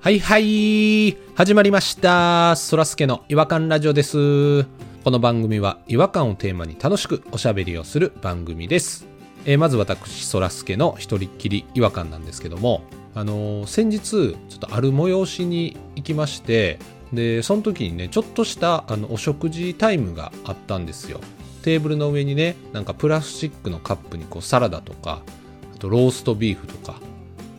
はいはい始まりましたそらすけの違和感ラジオですこの番組は違和感をテーマに楽しくおしゃべりをする番組です、えーまず私そらすけの一人っきり違和感なんですけどもあのー先日ちょっとある催しに行きましてでその時にねちょっとしたあのお食事タイムがあったんですよテーブルの上にねなんかプラスチックのカップにこうサラダとかあとローストビーフとか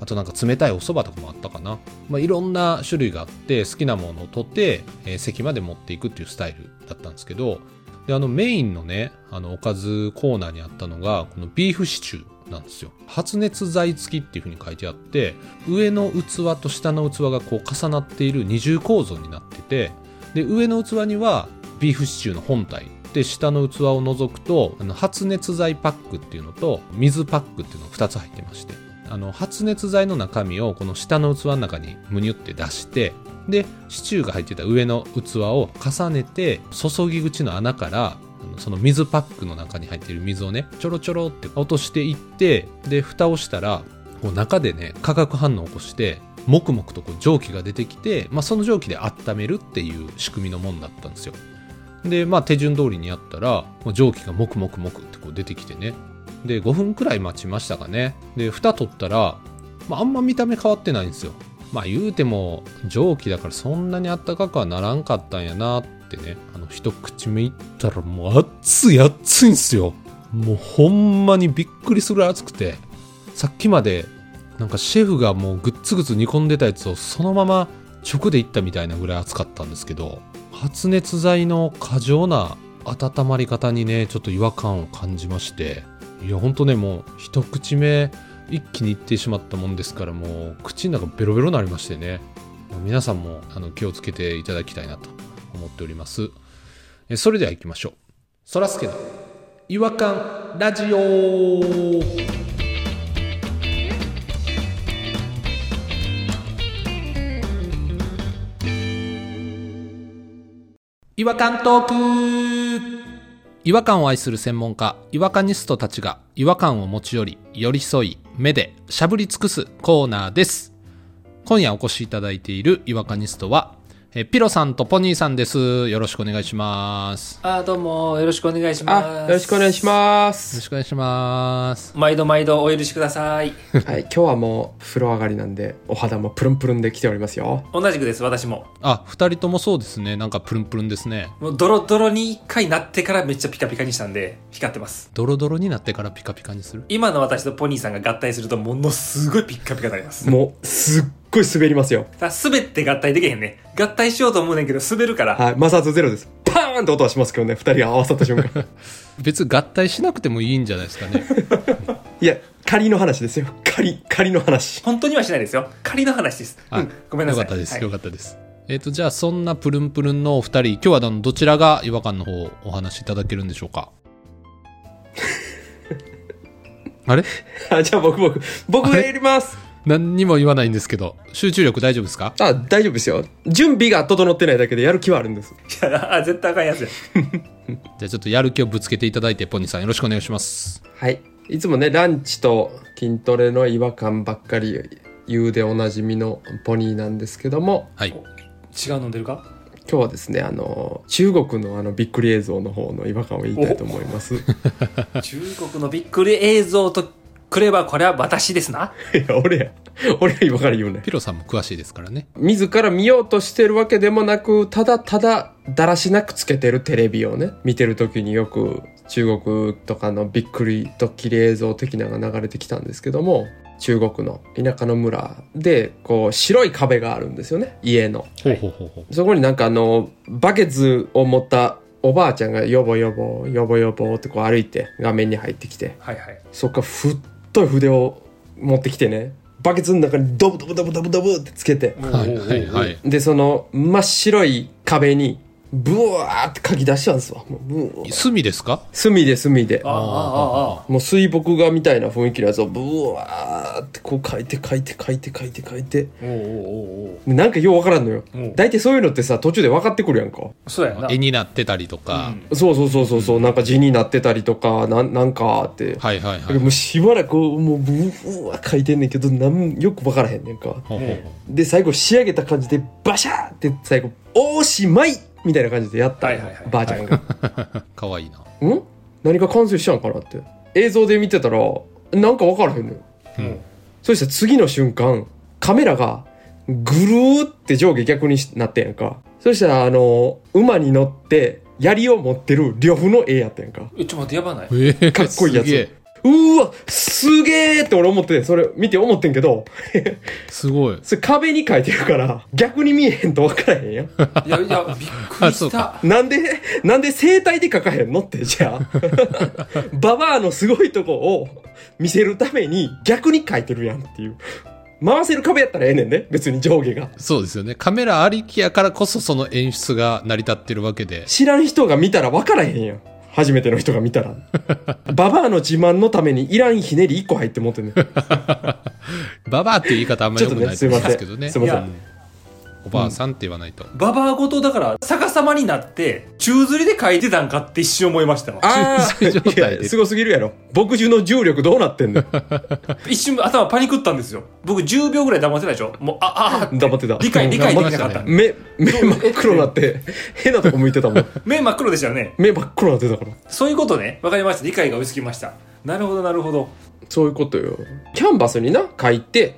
あとなんか冷たいお蕎麦とかもあったかな、まあ、いろんな種類があって好きなものを取って、えー席まで持っていくっていうスタイルだったんですけどであのメインのねあのおかずコーナーにあったのがこのビーフシチューなんですよ発熱剤付きっていうふうに書いてあって上の器と下の器がこう重なっている二重構造になっててで上の器にはビーフシチューの本体で下の器を除くとあの発熱剤パックっていうのと水パックっていうのが2つ入ってましてあの発熱剤の中身をこの下の器の中にむにゅって出してでシチューが入ってた上の器を重ねて注ぎ口の穴からあのその水パックの中に入っている水をねちょろちょろって落としていってで蓋をしたらこう中でね化学反応を起こしてもくもくとこう蒸気が出てきて、まあ、その蒸気で温めるっていう仕組みのもんだったんですよでまあ手順通りにやったらもう蒸気がもくもくもくってこう出てきてねで5分くらい待ちましたかねで蓋取ったら、まあ、あんま見た目変わってないんですよまあ言うても蒸気だからそんなにあったかくはならんかったんやなってねあの一口目いったらもう熱い熱いんすよもうほんまにびっくりするぐらい熱くてさっきまでなんかシェフがもうぐっつぐつ煮込んでたやつをそのまま直でいったみたいなぐらい熱かったんですけど発熱剤の過剰な温まり方にねちょっと違和感を感じましていやほんとねもう一口目一気にいってしまったもんですからもう口の中ベロベロになりましてね皆さんもあの気をつけていただきたいなと思っておりますえそれでは行きましょうそらすけの違和感ラジオ違和感トーク違和感を愛する専門家違和感ニストたちが違和感を持ち寄り寄り添い目でしゃぶり尽くすコーナーです今夜お越しいただいている違和感ニストはえピロさんとポニーさんですよろしくお願いしますよあどうもよろしくお願いしますあ、よろしくお願いしまろす。しくお願いします毎度毎度お許しくださいはい、今日はもう風呂上がりなんで、お肌もプルンプルンで来ておりますよ。同じくです私もあ二人ともそうですねなんかプルンプルンですねもうドロドロに一回なってからめっちゃピカピカにしたんで光ってますドロドロになってからピカピカにする今の私とポニーさんが合体するとものすごいピッカピカになりますもう、すっごい滑りますよ。ただ滑って合体できへんね合体しようと思うねんけど滑るからはい、摩擦ゼロです。パーンって音はしますけどね、二人が合わさった瞬 間。別に合体しなくてもいいんじゃないですかねいや、仮の話ですよ。仮、仮の話。本当にはしないですよ仮の話です、あうん、ごめんなさいよかったです、はいよかったですえっ、とじゃあそんなプルンプルンのお二人今日はどのどちらが違和感の方をお話しいただけるんでしょうかあれあ、じゃあ僕、僕、僕がやります。何にも言わないんですけど集中力大丈夫ですかあ、大丈夫ですよ。準備が整ってないだけでやる気はあるんです。いやあ絶対あかんやつやじゃあちょっとやる気をぶつけていただいてポニーさんよろしくお願いしますはい。いつもね、ランチと筋トレの違和感ばっかり言うでおなじみのポニーなんですけども、はい違う飲んでるか今日はですねあの中国のあのびっくり映像の方の違和感を言いたいと思いますい中国のびっくり映像とくればこれは私ですなや俺や俺が今から言うねピロさんも詳しいですからね自ら見ようとしてるわけでもなくただただだらしなくつけてるテレビをね見てる時によく中国とかのびっくりドッキリ映像的なのが流れてきたんですけども中国の田舎の村でこう白い壁があるんですよね家のほうほうほうほうそこになんかあの、バケツを持ったおばあちゃんがヨボヨボ、ヨボヨボってこう歩いて画面に入ってきて、はいはいそっから太い筆を持ってきてね、バケツの中にドブドブドブドブドブってつけて、はいはいはいで、その真っ白い壁にブワーって書き出しちゃうんですわもうブワー隅ですか墨で墨でああ、ああ、ああ。もう水墨画みたいな雰囲気のやつをブワーってこう書いて書いて書いて書いて書いておうおうおうおうなんかようわからんのようん大体そういうのってさ途中で分かってくるやんかそうやな。絵になってたりとか、そうそうそうそうそうなんか字になってたりとかなんなんかって、はいはいはいもうしばらくもうブワー書いてんねんけどなんよく分からへんねんかほうほうほうで最後仕上げた感じでバシャーって最後「おしまい!」みたいな感じでやった、はいはいはいばあちゃんがかわいいな「ん何か完成したんかな?」って映像で見てたらなんか分からへんのようんそしたら次の瞬間カメラがぐるーって上下逆になってんやんかそしたらあの馬に乗って槍を持ってる呂布の絵やったやんかえちょっと待って、やばない。えーかっこいいやつすげえうーわすげーって俺思っててそれ見て思ってんけど すごいそれ壁に描いてるから逆に見えへんと分からへんやんいや、いや、びっくありそうしたか。なんで、なんで生体で書かへんのって、じ ゃあ。ババアのすごいとこを見せるために逆に書いてるやんっていう。回せる壁やったらええねんね。別に上下が。そうですよねカメラありきやからこそその演出が成り立ってるわけで知らん人が見たら分からへんやん。初めての人が見たら。 ババアの自慢のためにいらんひねり1個入って 持ってんねん。ババアっていう言い方あんまり良くないと思うんですけどねちょっとねすいませんうんおばあさんって言わないと、ババアごとだから逆さまになって宙吊りで書いてたんかって一瞬思いましたわあ 駐車場ー内いでや、すごすぎるやろ。牧獣の重力どうなってんの一瞬頭パニクったんですよ僕10秒ぐらい黙ってたでしょもうあああ黙ってた。理解理解できなかったうん 目、目真っ黒に なって、変なとこ向いてたもん。目真っ黒でしたよね目真っ黒になってたから。そういうことねわかりました理解が追いつきましたなるほどなるほどそういうことよ。キャンバスにな、書いて、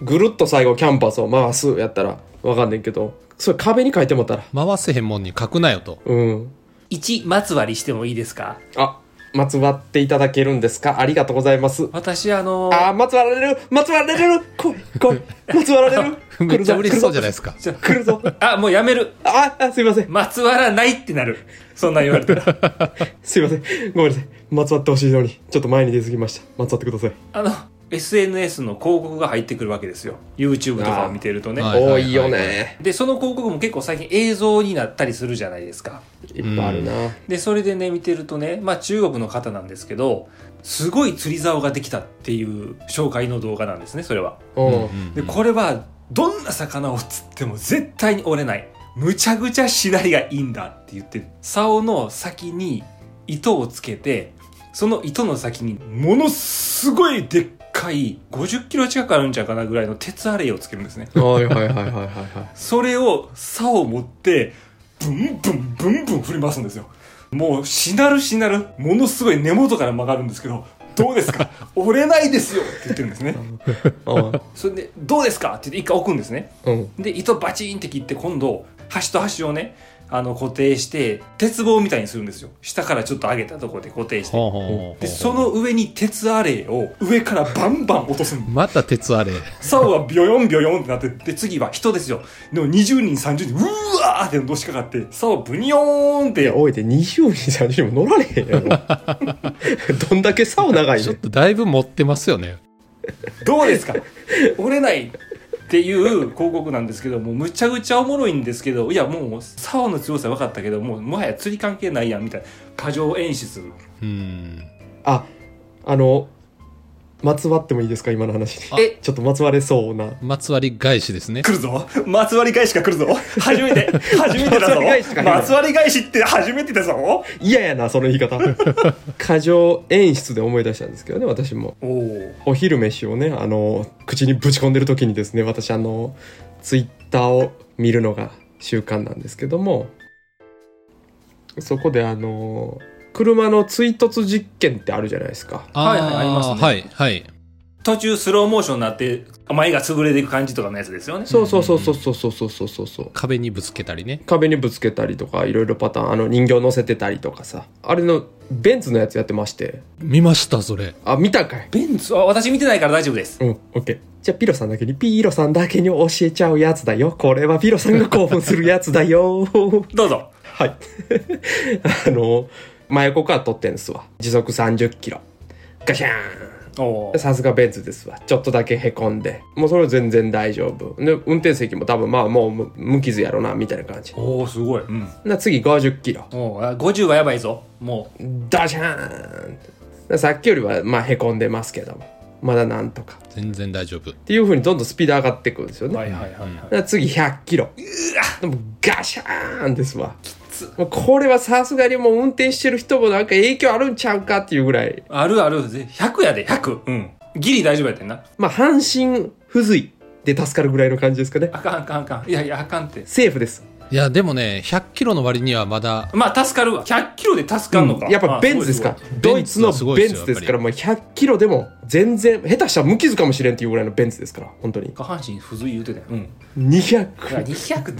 ぐるっと最後キャンバスを回すやったらわかんねんけど、それ壁に書いてもったら。回せへんもんに書くなよとうん。 1まつわりしてもいいですかあ、まつわっていただけるんですかありがとうございます。私あのあー、まつわられるまつわられる来い来いまつわられるめっちゃ嬉しそうじゃなないですかちょ来るぞ。あもうやめるああ、すいません。まつわらないってなるそんなん言われたらすいません。ごめんなさい。まつわってほしいのに、ちょっと前に出すぎました。まつわってください。あの SNS の広告が入ってくるわけですよ YouTube とかを見てるとねあーはいはいはい多いよね。でその広告も結構最近映像になったりするじゃないですかいっぱいあるな。でそれでね見てるとね、まあ、中国の方なんですけどすごい釣り竿ができたっていう紹介の動画なんですねそれはうん。でこれはどんな魚を釣っても絶対に折れないむちゃくちゃしなりがいいんだって言って竿の先に糸をつけてその糸の先にものすごいでっかい50キロ近くあるんちゃうかなぐらいの鉄アレイをつけるんですねはいはいはいはいはいはい。それを竿を持ってブンブンブンブン振り回すんですよもうしなるしなるものすごい根元から曲がるんですけどどうですか 折れないですよって言ってるんですねうそれでどうですかって言って一回置くんですねん。 うん。で糸バチーンって切って今度端と端をねあの固定して鉄棒みたいにするんですよ下からちょっと上げたところで固定してほうほうほうほうでその上に鉄アレイを上からバンバン落とすんですまた鉄あれ竿はビョヨンビョヨンってなってで次は人ですよでも20人30人うわーってのしかかって竿ブニョーンっいてや、おいで20人、30人も乗られへんやろ。 どんだけ竿長いちねょっん。とだいぶ持ってますよねどうですか折れないっていう広告なんですけどもうむちゃくちゃおもろいんですけどいやもう竿の強さ分かったけどもうもはや釣り関係ないやんみたいな過剰演出うんあ、あの、まつわってもいいですか今の話に。えちょっとまつわれそうな。まつわり返しですね来るぞまつわり返しが来るぞ初め て初めてだぞまつわり返しか来るまつわり返しって初めてだぞ嫌やな、その言 い方。過剰演出で思い出したんですけどね、私も。おおお昼飯をね、あの、口にぶち込んでる時にですね、私、あの、ツイッターを見るのが習慣なんですけども、そこであの、車の追突実験ってあるじゃないですか。あはいはいありますねはいはい途中スローモーションになって前が潰れていく感じとかのやつですよねそうそうそうそうそうそうそうそうそう。壁にぶつけたりね壁にぶつけたりとかいろいろパターンあの人形乗せてたりとかさあれのベンツのやつやってまして見ましたそれあ見たかいベンツあ私見てないから大丈夫です。うんオッケーじゃあピロさんだけにピーロさんだけに教えちゃうやつだよこれはピロさんが興奮するやつだよ どうぞ。はい あの真横から撮ってんすわ時速30キロガシャーンおでーさすがベンツですわちょっとだけへこんでもうそれは全然大丈夫で運転席も多分まあもう無無傷やろなみたいな感じおーすごい。うん。な次50キロおーあ50はやばいぞ。もダシャーンでさっきよりはまあへこんでますけどもまだなんとかっ全然大丈夫。ていうふうにどんどんスピード上がってくるんですよう。ね、はいはいはいはい。で次100キロでもガシャーンですわもうこれはさすがにもう運転してる人もなんか影響あるんちゃうかっていうぐらいあるある。ぜ100やで、100。うん。ギリ大丈夫やってんな。まあ半身不随で助かるぐらいの感じですかねあかんあかんあかん。いやいや、あかんって。セーフですいや、でもね、100キロの割にはまだ、まあ、助かるわ。100キロで助かんのか。やっぱベンツですかあすドイツのベンツはすごいでベンすよツですからもう100キロでも全然下手したら無傷かもしれんっていうぐらいのベンツですから本当にごいすごい下半身不随言うてたよ。うん。いや、 200200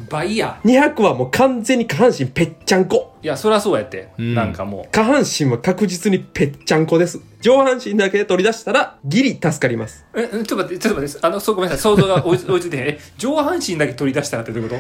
200倍や。はもう完全に下半身ぺっちゃんこいや、そりゃそうやって。うんなんかも下半身は確実にぺっちゃんこです上半身だけ取り出したらギリ助かりますう。え、えちょっと待って、ちょっと待って。あの、そうごめんなさい。想像が 追い追いついてへん。え、上半身だけ取り出したらってどういうこ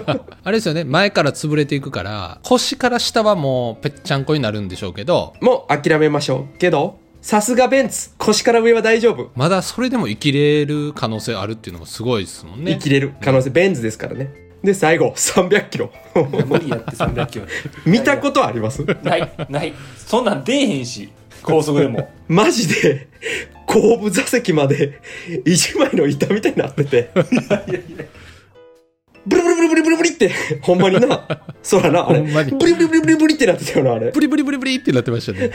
とあれですよね、前から潰れていくから、腰から下はもうぺっちゃんこになるんでしょうけど、もう諦めましょうけどさすがベンツ腰から上は大丈夫、まだそれでも生きれる可能性あるっていうのもすごいですもんね生。きれる可能性ベンツですからねで最後300キロ いや無理やって300キロ。見たことありますない、ない。そんなん出えへんし。高速でも。マジで後部座席まで一枚の板みたいになっててブリブリブリブリブリブリってほんまになそらなあれほんまにブリブリブリブリブリってなってたよなあれブリブリブリブリってなってましたね。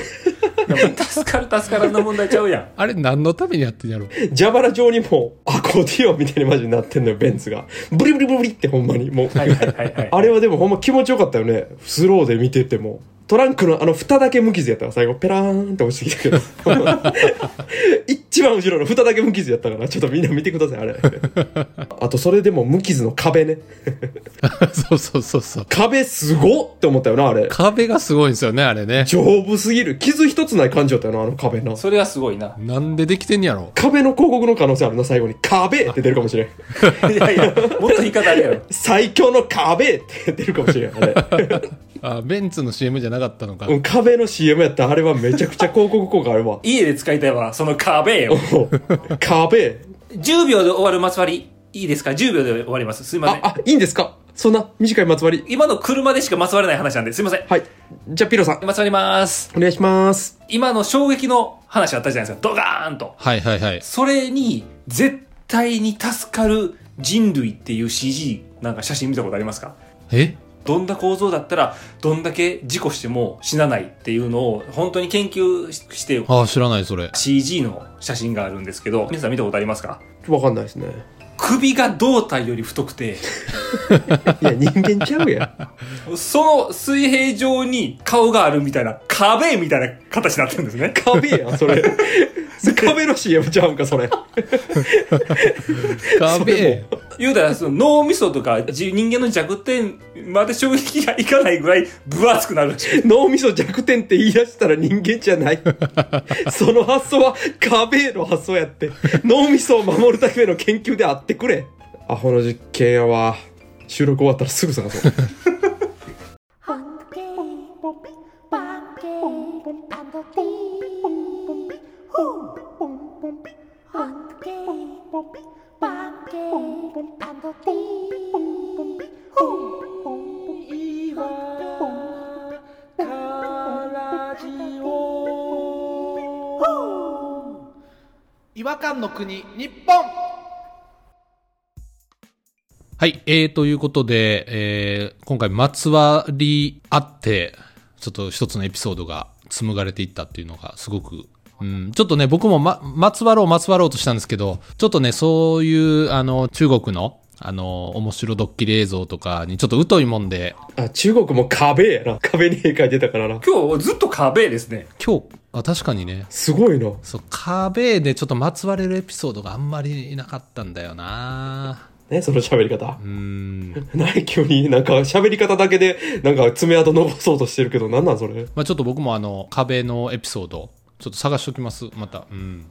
いやもう助かる助からんの問題ちゃうやん。 あれ何のためにやってんやろ う。蛇腹状にもうアコーディオンみたいにマジになってんのよベンツがブリブリブリブリってほんまにもうはいはいはいはい。あれはでもほんま気持ちよかったよね。スローで見てても。トランクのあの蓋だけ無傷やったから最後ペラーンって落ちてきたけど。 一番後ろの蓋だけ無傷やったから、ちょっとみんな見てください、あれ。あとそれでも無傷の壁ね。そうそうそうそう。壁すごっって思ったよな、あれ。壁がすごいんですよね、あれね。丈夫すぎる。傷一つない感じやったよな、あの壁な。それはすごいな。なんでできてんやろ壁の広告の可能性あるな、最後に。壁って出るかもしれん。いやいや、もっと言い方あるやろ。。最強の壁って出るかもしれん、あれ。あ、ベンツの CM じゃなかったのかう。ん壁の CM やったらあれはめちゃくちゃ広告効果あるわ家で使いたいわ、その壁を。壁10秒で終わるまつわり、いいですか ?10 秒で終わります。すいませあん、。あ、いいんですかそんな短いまつわり。今の車でしかまつわれない話なんで、すいません。はい。じゃあ、ピロさん、まつわります。お願いします。今の衝撃の話あったじゃないですか。ドガーンと。はいはいはい。それに、絶対に助かる人類っていう CG、なんか写真見たことありますかえどんな構造だったら、どんだけ事故しても死なないっていうのを、本当に研究しして、ああ、知らないそ れ。 CG の写真があるんですけど、皆さん見たことありますかわかんないですね。首が胴体より太くて、いや、人間ちゃうやその水平上に顔があるみたいな、壁みたいな形になってるんですね。ん。壁やん、それ。壁の CM ちゃうんか、それ。壁。言うたら、その脳みそとかじ人間の弱点まで衝撃がいかないぐらい分厚くなるらしい。 脳みそ弱点って言い出したら人間じゃない。その発想は壁の発想やって。脳みそを守るための研究であってくれ。アホの実験やわ。収録終わったらすぐ探そう。 Home. 違和感の国日本はい、えー、ということで、えー、今回まつわりあって、ちょっと一つのエピソードが紡がれていったっていうのがすごく、うん、ちょっとね、僕もま、まつわろうまつわろうとしたんですけど、ちょっとね、そういう、あの、中国の、あの、面白ドッキリ映像とかにちょっと疎いもんで、あ、中国も壁やな。壁に絵描いてたからな。今日ずっと壁ですね。今日、あ、確かにね、すごいな。そう、壁でちょっとまつわれるエピソードがあんまりなかったんだよなね、その喋り方。うん。何急になんか喋り方だけでなんか爪痕残そうとしてるけど何なんそれまあちょっと僕もあの、壁のエピソード、ちょっと探しときます、また。うん。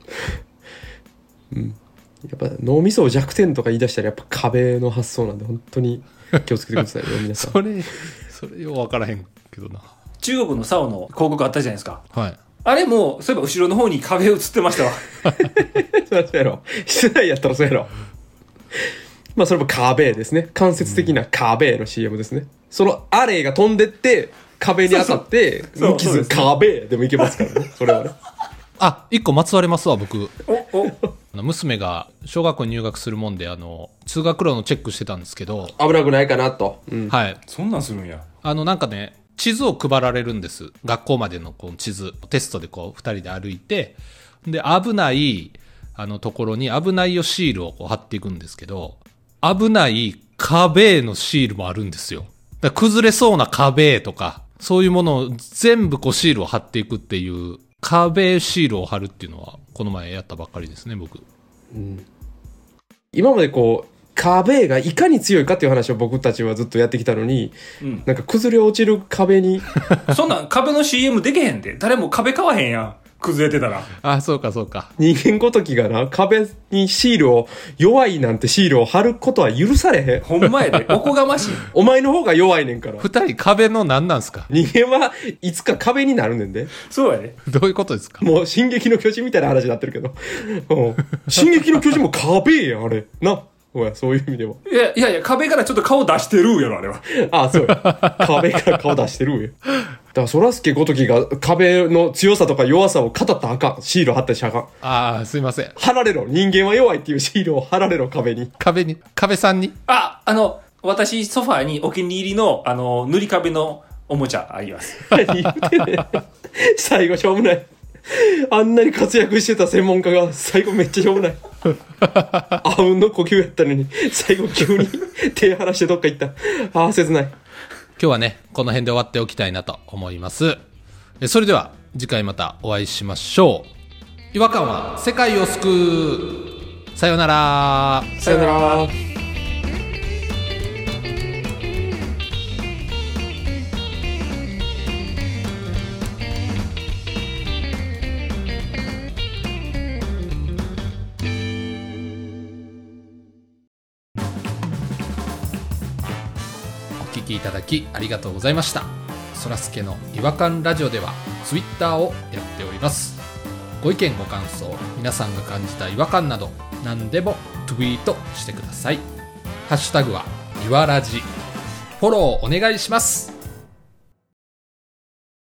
やっぱ脳みそを弱点とか言い出したらやっぱ壁の発想なんで本当に気をつけてくださいよ皆さんそれ、それよう分からへんけどな。中国の竿の広告あったじゃないですか。はい。あれも、そういえば後ろの方に壁映ってましたわ。 そうやろ。室内やったらそうやろ。まあそれもカーベイですね。間接的なカーベイの CM ですね。そのアレイが飛んでって、壁に当たって、そうそう無傷、そうカーベイでもいけますからね。それはね。あ、一個まつわれますわ、僕。 お、お、あの娘が小学校に入学するもんで、あの、通学路のチェックしてたんですけど、危なくないかなと。うん。はい。そんなんするんや。あの、なんかね、地図を配られるんです。学校までのこう地図。テストでこう、二人で歩いて、で、危ない、あの、ところに、危ないよシールをこう貼っていくんですけど、危ない壁へのシールもあるんですよ。だから崩れそうな壁とか、そういうものを全部こうシールを貼っていくっていう、壁シールを貼るっていうのは、この前やったばっかりですね、僕。今までこう、カーベイがいかに強いかっていう話を僕たちはずっとやってきたのに、うん。なんか崩れ落ちる壁に、そんなん壁の CM でけへんで。誰も壁買わへんやん。崩れてたら。あ、そうかそうか。人間ごときがな、壁にシールを、弱いなんてシールを貼ることは許されへん。ほんま やで。おこがましい。お前の方が弱いねんから。二人壁の何なんすか 人間はいつか壁になるねんで。そうやで。どういうことですかもう、進撃の巨人みたいな話になってるけど。うん。進撃の巨人も壁やん、あれ。な。おや、そういう意味では。いやいやいや、壁からちょっと顔出してるやろ、あれは。ああ、そうや。壁から顔出してるんや。だから、そらすけごときが壁の強さとか弱さを語ったらあかん。シール貼ったりしゃあかん。ああ、すいません。貼られろ。人間は弱いっていうシールを貼られろ、壁に。壁に、壁さんにあ、あの、私、ソファーにお気に入りの、あの、塗り壁のおもちゃあります。何言ってんねん 最後、しょうもない。あんなに活躍してた専門家が最後めっちゃしょうもない。あうんの呼吸やったのに、最後急に手離してどっか行った。ああ、切ない。今日はね、この辺で終わっておきたいなと思います。えそれでは、次回またお会いしましょう。違和感は世界を救う。さようなら。さよなら。お聞きいただきありがとうございましたそらすけの違和感ラジオではツイッターをやっておりますご意見ご感想皆さんが感じた違和感など何でもツイートしてくださいハッシュタグはいわらじフォローお願いします